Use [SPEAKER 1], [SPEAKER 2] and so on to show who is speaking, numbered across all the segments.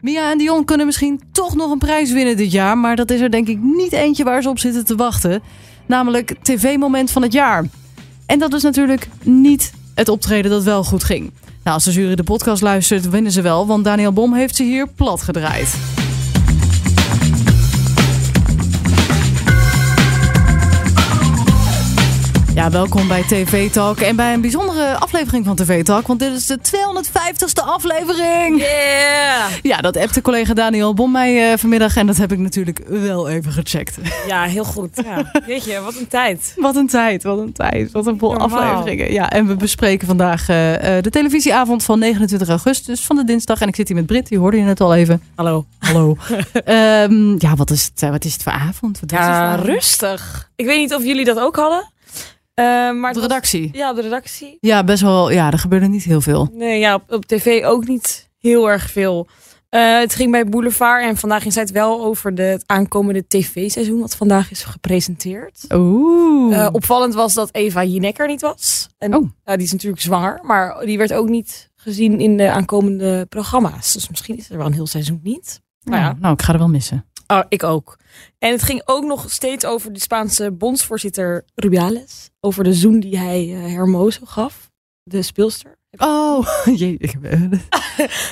[SPEAKER 1] Mia en Dion kunnen misschien toch nog een prijs winnen dit jaar. Maar dat is er denk ik niet eentje waar ze op zitten te wachten. Namelijk TV-moment van het jaar. En dat is natuurlijk niet het optreden dat wel goed ging. Nou, als de jury de podcast luistert, winnen ze wel. Want Daniel Bom heeft ze hier plat gedraaid. Ja, welkom bij TV Talk en bij een bijzondere aflevering van TV Talk, want dit is de 250ste aflevering.
[SPEAKER 2] Yeah!
[SPEAKER 1] Ja, dat appte collega Daniel Bom mij eh, vanmiddag en dat heb ik natuurlijk wel even gecheckt.
[SPEAKER 2] Ja, heel goed. Ja. Jeetje, wat een tijd.
[SPEAKER 1] Wat een tijd, wat een tijd, wat een vol
[SPEAKER 2] Normaal.
[SPEAKER 1] afleveringen. Ja, en we bespreken vandaag eh, eh, de televisieavond van 29 augustus van de dinsdag en ik zit hier met Britt, die hoorde je net al even.
[SPEAKER 2] Hallo.
[SPEAKER 1] Hallo. Ehm, ja, wat is, het, eh, wat is het voor avond? Wat is het voor
[SPEAKER 2] Ja,
[SPEAKER 1] avond?
[SPEAKER 2] rustig. Ik weet niet of jullie dat ook hadden. Eh, maar
[SPEAKER 1] De
[SPEAKER 2] het was-
[SPEAKER 1] redactie.
[SPEAKER 2] Ja, op de redactie.
[SPEAKER 1] Ja, best wel, ja, er gebeurde niet heel veel.
[SPEAKER 2] Nee, ja, op, op tv ook niet heel erg veel. Eh, het ging bij Boulevard en vandaag ging zij het wel over de, het aankomende tv-seizoen, wat vandaag is gepresenteerd.
[SPEAKER 1] Oeh.
[SPEAKER 2] Eh, opvallend was dat Eva Jinek er niet was. En
[SPEAKER 1] Oh.
[SPEAKER 2] ja, die is natuurlijk zwanger, maar die werd ook niet gezien in de aankomende programma's. Dus misschien is er wel een heel seizoen niet. nou ja.
[SPEAKER 1] Nou, nou, ik ga er wel missen.
[SPEAKER 2] Oh, ik ook. En het ging ook nog steeds over de Spaanse bondsvoorzitter Rubiales. Over de zoen die hij eh, Hermoso gaf. De speelster.
[SPEAKER 1] Oh, jee. Ik, eh,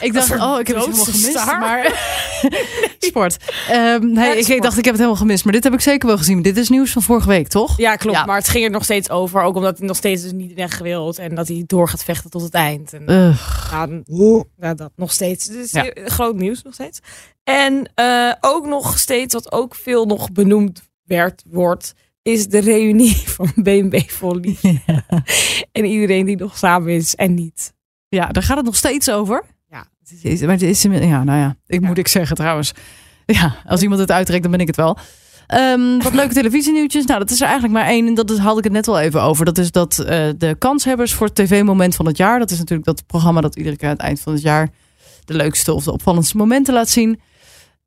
[SPEAKER 1] ik dacht,
[SPEAKER 2] voor
[SPEAKER 1] oh, ik heb het helemaal
[SPEAKER 2] doodse
[SPEAKER 1] gemist.
[SPEAKER 2] staar?
[SPEAKER 1] Maar... sport. Ehm, nee,
[SPEAKER 2] Ja,
[SPEAKER 1] ik,
[SPEAKER 2] sport.
[SPEAKER 1] dacht, ik heb het helemaal gemist. Maar dit heb ik zeker wel gezien. Dit is nieuws van vorige week, toch?
[SPEAKER 2] Ja, klopt.
[SPEAKER 1] Ja.
[SPEAKER 2] Maar het ging er nog steeds over. Ook omdat hij nog steeds dus niet weg wilt. En dat hij door gaat vechten tot het eind. En
[SPEAKER 1] Ugh.
[SPEAKER 2] ja, dan- ja, dat nog steeds. Dus
[SPEAKER 1] Ja.
[SPEAKER 2] eh, groot nieuws nog steeds. En eh, ook nog steeds, wat ook veel nog benoemd werd, wordt, is de reunie van BNB Volley. En iedereen die nog samen is en niet.
[SPEAKER 1] Ja, daar gaat het nog steeds over.
[SPEAKER 2] Ja, het is
[SPEAKER 1] Jezus, Maar het is, ja, nou ja, ik
[SPEAKER 2] Ja.
[SPEAKER 1] moet ik zeggen trouwens. Ja, als iemand het uittrekt, dan ben ik het wel. Ehm, wat leuke televisienieuwtjes. Nou, dat is er eigenlijk maar één. En dat is- had ik het net al even over. Dat is dat eh, de kanshebbers voor het tv-moment van het jaar. Dat is natuurlijk dat programma dat iedere keer aan het eind van het jaar de leukste of de opvallendste momenten laat zien.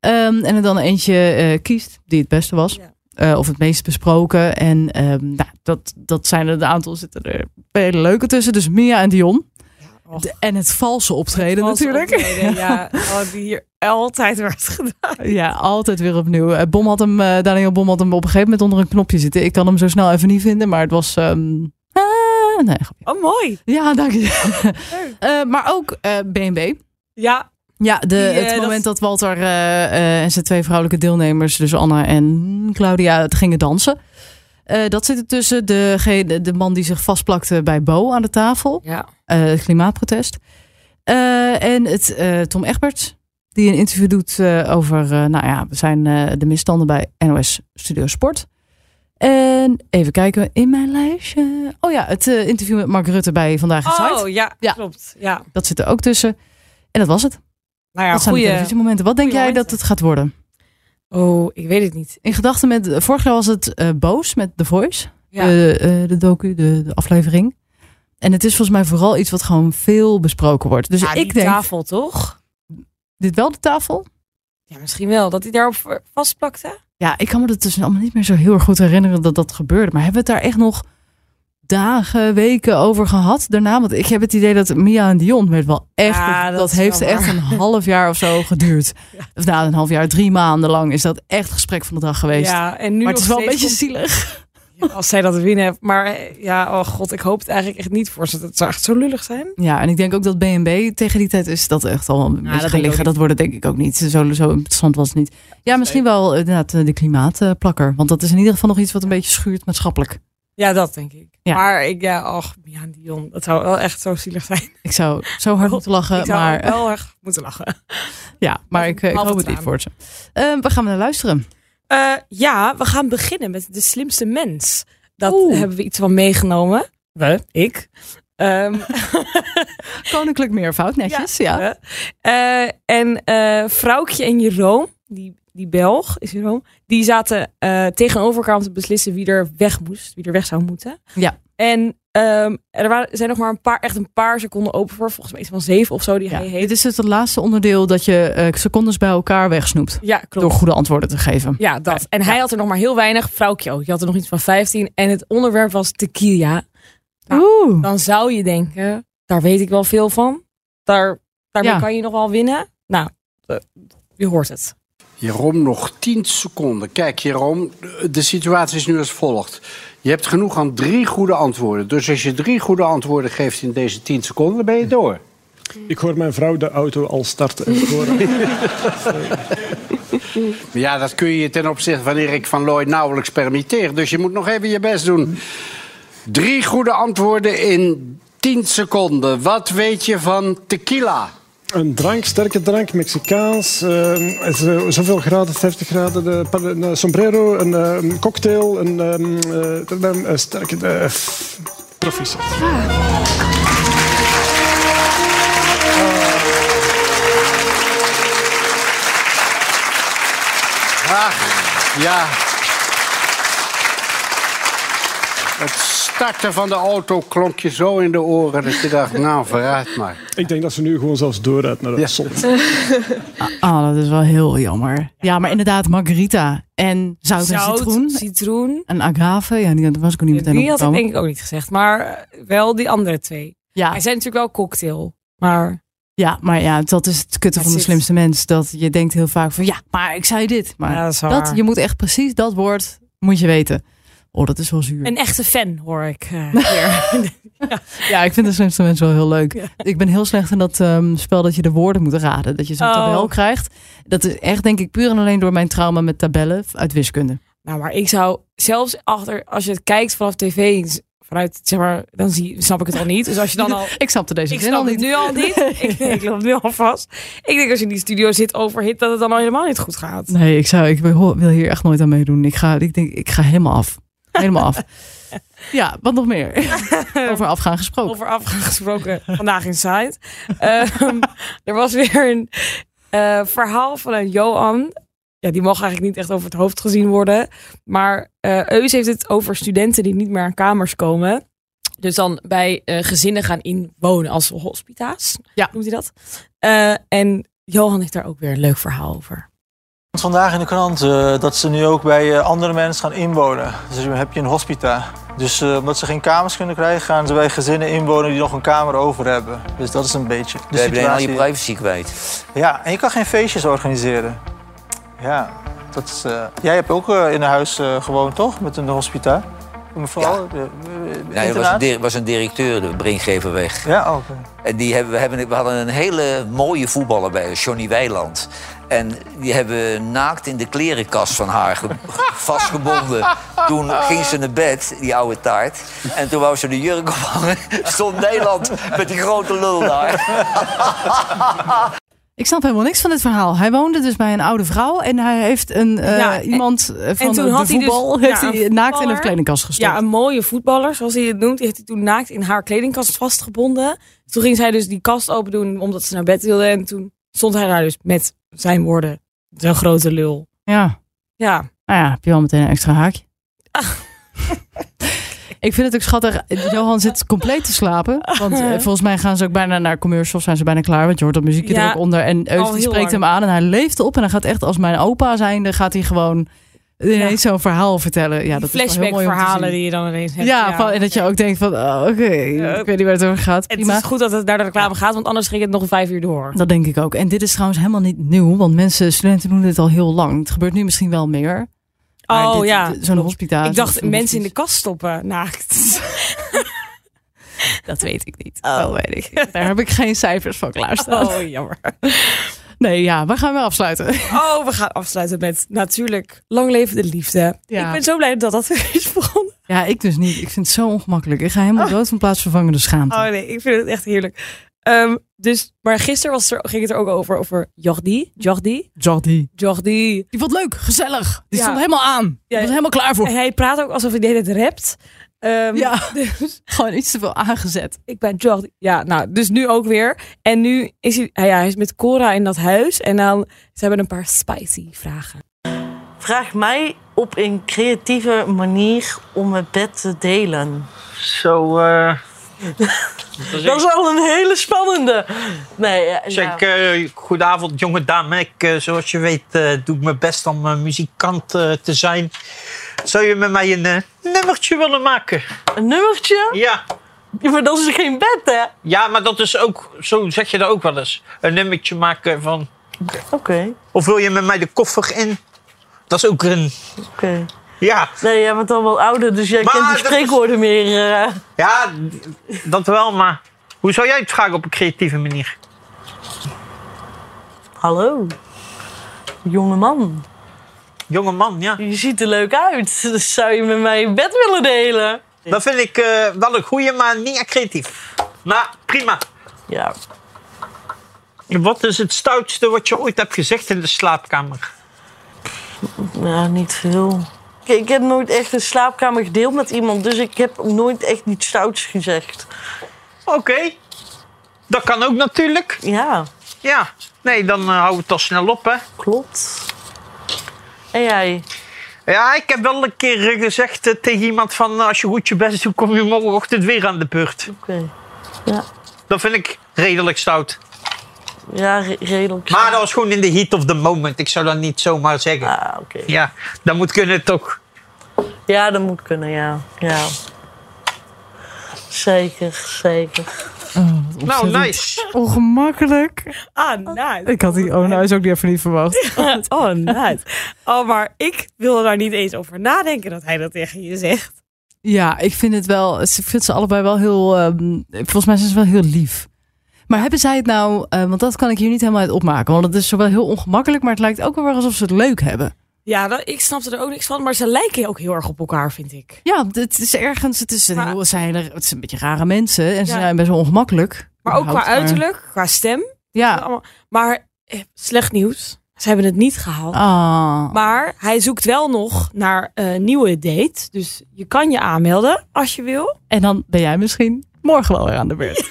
[SPEAKER 1] Ehm, en er dan eentje eh, kiest die het beste was.
[SPEAKER 2] Ja.
[SPEAKER 1] Eh, of het meest besproken. En ehm, nou, dat, dat zijn er een aantal zitten er hele leuke tussen. Dus Mia en Dion.
[SPEAKER 2] Ja, och.
[SPEAKER 1] De- en het valse optreden
[SPEAKER 2] Als
[SPEAKER 1] natuurlijk.
[SPEAKER 2] optreden, ja, oh, die hier altijd werd gedaan.
[SPEAKER 1] Ja, altijd weer opnieuw. Eh, Bom had hem, eh, Daniel Bom had hem op een gegeven moment onder een knopje zitten. Ik kan hem zo snel even niet vinden, maar het was... ehm, ah, nee, grapje.
[SPEAKER 2] Oh, mooi.
[SPEAKER 1] Ja, dank je. Eh, maar ook eh BNB.
[SPEAKER 2] Ja,
[SPEAKER 1] Ja, de,
[SPEAKER 2] Die, eh,
[SPEAKER 1] het
[SPEAKER 2] dat-
[SPEAKER 1] moment dat Walter eh, eh, en zijn twee vrouwelijke deelnemers, dus Anna en Claudia, het gingen dansen. Eh, dat zit er tussen de, de, de man die zich vastplakte bij Bo aan de tafel.
[SPEAKER 2] ja.
[SPEAKER 1] eh, het klimaatprotest. Eh, en het, eh, Tom Egberts, die een interview doet eh, over eh, nou ja, zijn eh, de misstanden bij NOS Studio Sport. En even kijken in mijn lijstje. Oh ja, het eh, interview met Mark Rutte bij Vandaag in Zuid.
[SPEAKER 2] Oh, ja,
[SPEAKER 1] Ja.
[SPEAKER 2] klopt. Ja.
[SPEAKER 1] Dat zit er ook tussen. En dat was het.
[SPEAKER 2] Nou ja,
[SPEAKER 1] dat zijn de
[SPEAKER 2] goeie.
[SPEAKER 1] televisiemomenten. Wat denk
[SPEAKER 2] goeie
[SPEAKER 1] jij dat
[SPEAKER 2] momenten.
[SPEAKER 1] het gaat worden?
[SPEAKER 2] Oh, ik weet het niet.
[SPEAKER 1] In gedachten met, vorig jaar was het eh, Boos met The Voice.
[SPEAKER 2] Ja.
[SPEAKER 1] de, eh, de docu, de, de aflevering. En het is volgens mij vooral iets wat gewoon veel besproken wordt. Dus
[SPEAKER 2] Ja, die
[SPEAKER 1] ik denk,
[SPEAKER 2] tafel, toch?
[SPEAKER 1] dit wel de tafel?
[SPEAKER 2] Ja, misschien wel. Dat hij daarop v- vastplakte.
[SPEAKER 1] Ja, ik kan me dat dus allemaal niet meer zo heel erg goed herinneren dat dat gebeurde. Maar hebben we het daar echt nog dagen, weken over gehad daarna? Want ik heb het idee dat Mia en Dion werd wel echt...
[SPEAKER 2] Ja,
[SPEAKER 1] dat
[SPEAKER 2] dat is
[SPEAKER 1] heeft
[SPEAKER 2] jammer.
[SPEAKER 1] echt een half jaar of zo geduurd.
[SPEAKER 2] Ja.
[SPEAKER 1] Of nou, een half jaar, drie maanden lang is dat echt gesprek van de dag geweest.
[SPEAKER 2] Ja, en nu
[SPEAKER 1] maar het is
[SPEAKER 2] nog
[SPEAKER 1] wel een beetje
[SPEAKER 2] steeds
[SPEAKER 1] zielig.
[SPEAKER 2] komt- als zij dat winnen. Maar eh, ja, oh god, ik hoop het eigenlijk echt niet voor ze. Het zou echt zo lullig zijn.
[SPEAKER 1] Ja, en ik denk ook dat BNB tegen die tijd is dat echt al een beetje gaan
[SPEAKER 2] Nou, dat denk ik
[SPEAKER 1] liggen.
[SPEAKER 2] ook
[SPEAKER 1] Dat wordt het denk ik ook niet. Zo, zo interessant was het niet. Ja,
[SPEAKER 2] Nee.
[SPEAKER 1] misschien wel eh, inderdaad eh, de klimaatplakker. Want dat is in ieder geval nog iets wat een beetje schuurt maatschappelijk.
[SPEAKER 2] Ja, dat denk ik.
[SPEAKER 1] Ja.
[SPEAKER 2] Maar ik, ja, och, Mia en Dion. Dat zou wel echt zo zielig zijn.
[SPEAKER 1] Ik zou zo hard moeten lachen,
[SPEAKER 2] Oh, ik zou
[SPEAKER 1] maar,
[SPEAKER 2] wel erg moeten lachen.
[SPEAKER 1] ja, maar ik, eh, ik
[SPEAKER 2] halve
[SPEAKER 1] hoop het niet
[SPEAKER 2] traan.
[SPEAKER 1] voor ze. Eh, we gaan naar luisteren.
[SPEAKER 2] Eh, ja, we gaan beginnen met de slimste mens. Dat
[SPEAKER 1] Oeh.
[SPEAKER 2] hebben we iets van meegenomen. We, ik. Ehm,
[SPEAKER 1] Koninklijk meervoud, netjes. Ja.
[SPEAKER 2] we. Eh, en eh Vrouwtje en Jeroen, die, die Belg is Jeroen, die zaten eh, tegenover elkaar om te beslissen wie er weg moest, wie er weg zou moeten.
[SPEAKER 1] Ja.
[SPEAKER 2] En ehm, er waren, zijn nog maar een paar, echt een paar seconden open voor, volgens mij iets van zeven of zo die
[SPEAKER 1] Ja.
[SPEAKER 2] hij
[SPEAKER 1] Dit
[SPEAKER 2] heeft.
[SPEAKER 1] is het, laatste onderdeel dat je eh, secondes bij elkaar wegsnoept.
[SPEAKER 2] Ja, klopt.
[SPEAKER 1] Door goede antwoorden te geven.
[SPEAKER 2] Ja, dat. En hij had er nog maar heel weinig. Vrouwtje ook. Je had er nog iets van 15. En het onderwerp was tequila. Ja.
[SPEAKER 1] Oeh.
[SPEAKER 2] dan zou je denken, daar weet ik wel veel van. Daar, daarmee
[SPEAKER 1] Ja.
[SPEAKER 2] kan je nog wel winnen. Nou, eh, je hoort het.
[SPEAKER 3] Jeroen, nog 10 seconden. Kijk, Jeroen, de situatie is nu als volgt. Je hebt genoeg aan drie goede antwoorden. Dus als je drie goede antwoorden geeft in deze 10 seconden, dan ben je door.
[SPEAKER 4] Ik hoor mijn vrouw de auto al starten. en hoor-
[SPEAKER 3] Maar Ja, dat kun je ten opzichte van Erik van Looy nauwelijks permitteren. Dus je moet nog even je best doen. Drie goede antwoorden in 10 seconden. Wat weet je van tequila?
[SPEAKER 4] Een drank, sterke drank, Mexicaans. eh, het is, eh, zoveel graden, 50 graden. de- pardon, een eh, sombrero, een eh, cocktail, een ehm, eh, dat- dat- eh, sterke... eh, f- proficiat.
[SPEAKER 3] Ah, ja. Het starten van de auto klonk je zo in de oren dat je dacht, nou, verraad maar.
[SPEAKER 4] Ik denk dat ze nu gewoon zelfs doorrijdt naar het
[SPEAKER 3] Ja.
[SPEAKER 4] zon.
[SPEAKER 1] Ah, dat is wel heel jammer. Ja, maar inderdaad, margarita en zout, en citroen.
[SPEAKER 2] citroen.
[SPEAKER 1] En agave. Ja, die was ik ook niet meteen
[SPEAKER 2] Die had ik
[SPEAKER 1] opgekomen.
[SPEAKER 2] denk ik ook niet gezegd, maar eh, wel die andere twee.
[SPEAKER 1] Ja,
[SPEAKER 2] Hij zijn natuurlijk wel cocktail, maar
[SPEAKER 1] ja, maar ja, dat is het kutte
[SPEAKER 2] Hij
[SPEAKER 1] van de
[SPEAKER 2] zit-
[SPEAKER 1] slimste mens. Dat je denkt heel vaak van, ja, maar ik zei dit. Maar
[SPEAKER 2] ja, dat is wel
[SPEAKER 1] dat,
[SPEAKER 2] waar.
[SPEAKER 1] je moet echt precies dat woord, moet je weten. Oh, dat is wel zuur.
[SPEAKER 2] Een echte fan hoor ik eh, hier.
[SPEAKER 1] Ja, ik vind de slimste mensen wel heel leuk. Ik ben heel slecht in dat ehm, spel dat je de woorden moet raden. Dat je zo'n
[SPEAKER 2] Oh.
[SPEAKER 1] tabel krijgt. Dat is echt, denk ik, puur en alleen door mijn trauma met tabellen uit wiskunde.
[SPEAKER 2] nou, maar ik zou zelfs achter, als je het kijkt vanaf tv, vanuit, zeg maar, dan zie, snap ik het al niet. Dus als je dan al
[SPEAKER 1] Ik snapte deze
[SPEAKER 2] Ik
[SPEAKER 1] zin
[SPEAKER 2] snap
[SPEAKER 1] al
[SPEAKER 2] het
[SPEAKER 1] niet.
[SPEAKER 2] nu al niet. Ik, ik loop nu al vast. Ik denk als je in die studio zit overhit, dat het dan al helemaal niet goed gaat.
[SPEAKER 1] Nee, ik, zou, ik wil wil hier echt nooit aan meedoen. Ik ga, ik denk, ik ga helemaal af. Helemaal af. Ja, wat nog meer? Over afgaan gesproken.
[SPEAKER 2] Over afgaan gesproken, vandaag in Side. Ehm, er was weer een eh, verhaal van een Johan. Ja, die mag eigenlijk niet echt over het hoofd gezien worden. Maar eh Eus heeft het over studenten die niet meer aan kamers komen. Dus dan bij eh, gezinnen gaan inwonen als hospita's.
[SPEAKER 1] Ja.
[SPEAKER 2] Noemt hij dat? Eh, en Johan heeft daar ook weer een leuk verhaal over.
[SPEAKER 5] Vandaag in de krant eh, dat ze nu ook bij eh, andere mensen gaan inwonen. Dus dan heb je een hospita. Dus eh, omdat ze geen kamers kunnen krijgen, gaan ze bij gezinnen inwonen die nog een kamer over hebben. Dus dat is een beetje de
[SPEAKER 6] Daar heb je dan al je
[SPEAKER 5] situatie.
[SPEAKER 6] privacy kwijt.
[SPEAKER 5] Ja, en je kan geen feestjes organiseren. Ja, dat is... eh, Jij hebt ook eh, in een huis eh, gewoond, toch? Met een hospita? eh, Mevrouw? Ja.
[SPEAKER 6] Nee, er was een, dir- was een directeur, de bringgever weg.
[SPEAKER 5] Ja, oh, oké.
[SPEAKER 6] En die hebben, we, hebben, we hadden een hele mooie voetballer bij ons, Johnny Weiland. En die hebben we naakt in de klerenkast van haar ge- vastgebonden. Toen ging ze naar bed, die oude taart. En toen wou ze de jurk ophangen. Stond Nederland met die grote lul daar.
[SPEAKER 1] Ik snap helemaal niks van dit verhaal. Hij woonde dus bij een oude vrouw en hij heeft een, eh,
[SPEAKER 2] Ja, en-
[SPEAKER 1] iemand eh, van
[SPEAKER 2] en toen
[SPEAKER 1] de,
[SPEAKER 2] had hij dus-
[SPEAKER 1] voetbal
[SPEAKER 2] ja,
[SPEAKER 1] heeft
[SPEAKER 2] een
[SPEAKER 1] hij naakt in een
[SPEAKER 2] voetballer.
[SPEAKER 1] kledingkast gestopt.
[SPEAKER 2] Ja, een mooie voetballer, zoals hij het noemt. Die heeft hij toen naakt in haar kledingkast vastgebonden. Toen ging zij dus die kast open doen, omdat ze naar bed wilde. En toen stond hij daar dus met zijn woorden. Zo'n grote lul.
[SPEAKER 1] ja.
[SPEAKER 2] Ja,
[SPEAKER 1] Nou ja, heb je wel meteen een extra haakje.
[SPEAKER 2] Ah.
[SPEAKER 1] Ik vind het ook schattig. Johan zit compleet te slapen. Want eh, volgens mij gaan ze ook bijna naar commercials. Zijn ze bijna klaar. Want je hoort dat muziekje
[SPEAKER 2] Ja,
[SPEAKER 1] er ook onder. En Eus
[SPEAKER 2] al
[SPEAKER 1] die
[SPEAKER 2] heel
[SPEAKER 1] spreekt
[SPEAKER 2] lang.
[SPEAKER 1] hem aan. En hij leeft op. En hij gaat echt als mijn opa zijnde. Gaat hij gewoon eh, ineens zo'n verhaal vertellen. Ja,
[SPEAKER 2] die
[SPEAKER 1] dat is wel heel
[SPEAKER 2] flashback
[SPEAKER 1] mooi om te
[SPEAKER 2] verhalen
[SPEAKER 1] zien.
[SPEAKER 2] die je dan ineens hebt.
[SPEAKER 1] ja, van- en dat je ook denkt van... oh, oké,
[SPEAKER 2] Ja.
[SPEAKER 1] ik weet niet waar het over gaat.
[SPEAKER 2] Het
[SPEAKER 1] Prima.
[SPEAKER 2] is goed dat het naar de reclame gaat, want anders ging het nog vijf uur door.
[SPEAKER 1] Dat denk ik ook. En dit is trouwens helemaal niet nieuw. Want mensen, studenten doen dit al heel lang. Het gebeurt nu misschien wel meer. Maar
[SPEAKER 2] Oh
[SPEAKER 1] dit-
[SPEAKER 2] ja.
[SPEAKER 1] dit- Zo'n hospitaal.
[SPEAKER 2] Ik dacht
[SPEAKER 1] zo'n
[SPEAKER 2] mensen in de
[SPEAKER 1] hospice.
[SPEAKER 2] kast stoppen naakt. dat weet ik niet.
[SPEAKER 1] Oh, weet ik. Daar heb ik geen cijfers van klaarstaan.
[SPEAKER 2] Oh, jammer.
[SPEAKER 1] Nee, ja, we gaan weer afsluiten.
[SPEAKER 2] Oh, we gaan afsluiten met natuurlijk lang leven de liefde.
[SPEAKER 1] Ja.
[SPEAKER 2] Ik ben zo blij dat dat weer is begonnen.
[SPEAKER 1] Ja, ik dus niet. Ik vind het zo ongemakkelijk. Ik ga helemaal dood van plaatsvervangende schaamte.
[SPEAKER 2] Oh nee, ik vind het echt heerlijk. Ehm, dus, maar gisteren was er, ging het er ook over, over Jordi. Jordi?
[SPEAKER 1] Jordi.
[SPEAKER 2] Jordi.
[SPEAKER 1] Die vond het leuk, gezellig. Die
[SPEAKER 2] Ja.
[SPEAKER 1] stond helemaal aan. Die
[SPEAKER 2] Ja.
[SPEAKER 1] was helemaal klaar voor.
[SPEAKER 2] En hij praat ook alsof hij de hele tijd rapt. Ehm,
[SPEAKER 1] Ja.
[SPEAKER 2] Dus
[SPEAKER 1] Gewoon iets te veel aangezet.
[SPEAKER 2] ik ben Jordi. Ja, nou, dus nu ook weer. En nu is hij, ah ja, hij is met Cora in dat huis. En dan, ze hebben een paar spicy vragen.
[SPEAKER 7] Vraag mij op een creatieve manier om mijn bed te delen.
[SPEAKER 8] Zo, eh
[SPEAKER 7] Dat is al een hele spannende. Nee, nou, ja, ja.
[SPEAKER 8] zeg, eh, goedenavond jonge dame. Ik, eh, zoals je weet eh, doe ik mijn best om eh, muzikant eh, te zijn. Zou je met mij een eh, nummertje willen maken?
[SPEAKER 7] een nummertje?
[SPEAKER 8] Ja.
[SPEAKER 7] Ja, Maar dat is geen bed, hè?
[SPEAKER 8] ja, maar dat is ook, zo zeg je dat ook wel eens. Een nummertje maken van
[SPEAKER 7] Oké,
[SPEAKER 8] Of wil je met mij de koffer in? Dat is ook een...
[SPEAKER 7] oké.
[SPEAKER 8] Ja,
[SPEAKER 7] Nee, jij bent al wel ouder, dus jij
[SPEAKER 8] Maar
[SPEAKER 7] kent
[SPEAKER 8] dat
[SPEAKER 7] die
[SPEAKER 8] is-
[SPEAKER 7] spreekwoorden meer. eh.
[SPEAKER 8] ja, dat wel, maar... Hoe zou jij het vragen op een creatieve manier?
[SPEAKER 7] hallo, jonge man.
[SPEAKER 8] Jonge man, ja.
[SPEAKER 7] Je ziet er leuk uit. Dus zou je met mij een bed willen delen?
[SPEAKER 8] Dat vind ik eh, wel een goeie, maar niet echt creatief. Maar prima.
[SPEAKER 7] Ja,
[SPEAKER 8] Wat is het stoutste wat je ooit hebt gezegd in de slaapkamer?
[SPEAKER 7] Ja, nou, niet veel. Ik, ik heb nooit echt een slaapkamer gedeeld met iemand, dus ik heb nooit echt iets stouts gezegd.
[SPEAKER 8] Oké. Dat kan ook natuurlijk.
[SPEAKER 7] Ja,
[SPEAKER 8] Ja. Nee, dan eh, houden we het al snel op, hè.
[SPEAKER 7] klopt. En jij?
[SPEAKER 8] Ja, ik heb wel een keer eh, gezegd eh, tegen iemand van... eh, als je goed je best doet, kom je morgenochtend weer aan de beurt.
[SPEAKER 7] Oké. Ja,
[SPEAKER 8] Dat vind ik redelijk stout.
[SPEAKER 7] ja re- redelijk.
[SPEAKER 8] Maar dat was gewoon in de heat of the moment. Ik zou dat niet zomaar zeggen.
[SPEAKER 7] Ah, oké.
[SPEAKER 8] Ja, dat moet kunnen toch.
[SPEAKER 7] Ja, dat moet kunnen, ja. ja. Zeker, zeker.
[SPEAKER 8] Nou, nice.
[SPEAKER 1] Ongemakkelijk.
[SPEAKER 2] Ah, nice.
[SPEAKER 1] Ik had die oh, nou is ook niet even niet verwacht.
[SPEAKER 2] Oh, nice. Oh, maar ik wil daar niet eens over nadenken dat hij dat tegen je zegt.
[SPEAKER 1] Ja, ik vind het wel. Ik vind ze allebei wel heel. ehm, volgens mij zijn ze wel heel lief. Maar hebben zij het nou? eh, want dat kan ik hier niet helemaal uit opmaken. Want het is zowel heel ongemakkelijk, maar het lijkt ook wel weer alsof ze het leuk hebben.
[SPEAKER 2] Ja, dat, ik snapte er ook niks van, maar ze lijken ook heel erg op elkaar, vind ik.
[SPEAKER 1] Ja, het is ergens. Het is een
[SPEAKER 2] Maar-
[SPEAKER 1] heel. het Zijn er, het zijn een beetje rare mensen en ze
[SPEAKER 2] Ja.
[SPEAKER 1] zijn best wel ongemakkelijk.
[SPEAKER 2] Maar ook qua
[SPEAKER 1] Überhaupt,
[SPEAKER 2] uiterlijk, qua stem.
[SPEAKER 1] Ja.
[SPEAKER 2] allemaal. Maar eh, slecht nieuws, ze hebben het niet gehaald.
[SPEAKER 1] Ah.
[SPEAKER 2] Maar hij zoekt wel nog naar een nieuwe date. Dus je kan je aanmelden als je wil.
[SPEAKER 1] En dan ben jij misschien morgen wel weer aan de beurt.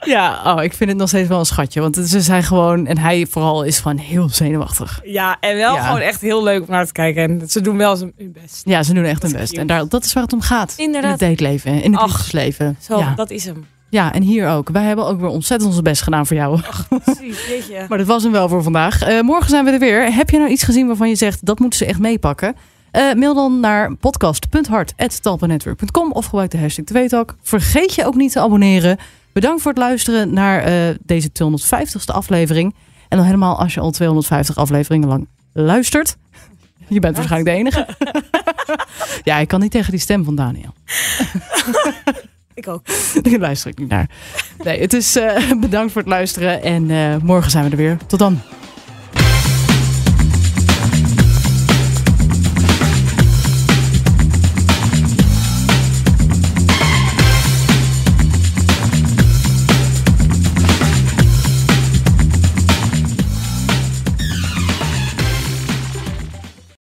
[SPEAKER 1] ja, oh, ik vind het nog steeds wel een schatje. Want ze zijn gewoon, en hij vooral is gewoon heel zenuwachtig.
[SPEAKER 2] Ja, en wel
[SPEAKER 1] Ja.
[SPEAKER 2] gewoon echt heel leuk om naar te kijken. En ze doen wel z'n- hun best.
[SPEAKER 1] Ja, ze doen echt hun
[SPEAKER 2] Dat is
[SPEAKER 1] best.
[SPEAKER 2] cute.
[SPEAKER 1] En daar, dat is waar het om gaat.
[SPEAKER 2] Inderdaad.
[SPEAKER 1] In het dateleven, in het
[SPEAKER 2] Ach,
[SPEAKER 1] liefdesleven.
[SPEAKER 2] Zo,
[SPEAKER 1] ja.
[SPEAKER 2] dat is hem.
[SPEAKER 1] ja, en hier ook. Wij hebben ook weer ontzettend onze best gedaan voor jou.
[SPEAKER 2] Precies, weet je.
[SPEAKER 1] Maar dat was hem wel voor vandaag. Eh, morgen zijn we er weer. Heb je nou iets gezien waarvan je zegt, dat moeten ze echt meepakken? Eh, mail dan naar podcast.hart.talpanetwerk.com of gebruik de hashtag Tweetalk. Vergeet je ook niet te abonneren. Bedankt voor het luisteren naar eh, deze 250ste aflevering. En dan helemaal als je al 250 afleveringen lang luistert. Je bent waarschijnlijk de enige. ja, ik kan niet tegen die stem van Daniel.
[SPEAKER 2] Ik ook.
[SPEAKER 1] Daar luister ik niet naar. Nee, het is eh, bedankt voor het luisteren. En eh, morgen zijn we er weer. Tot dan.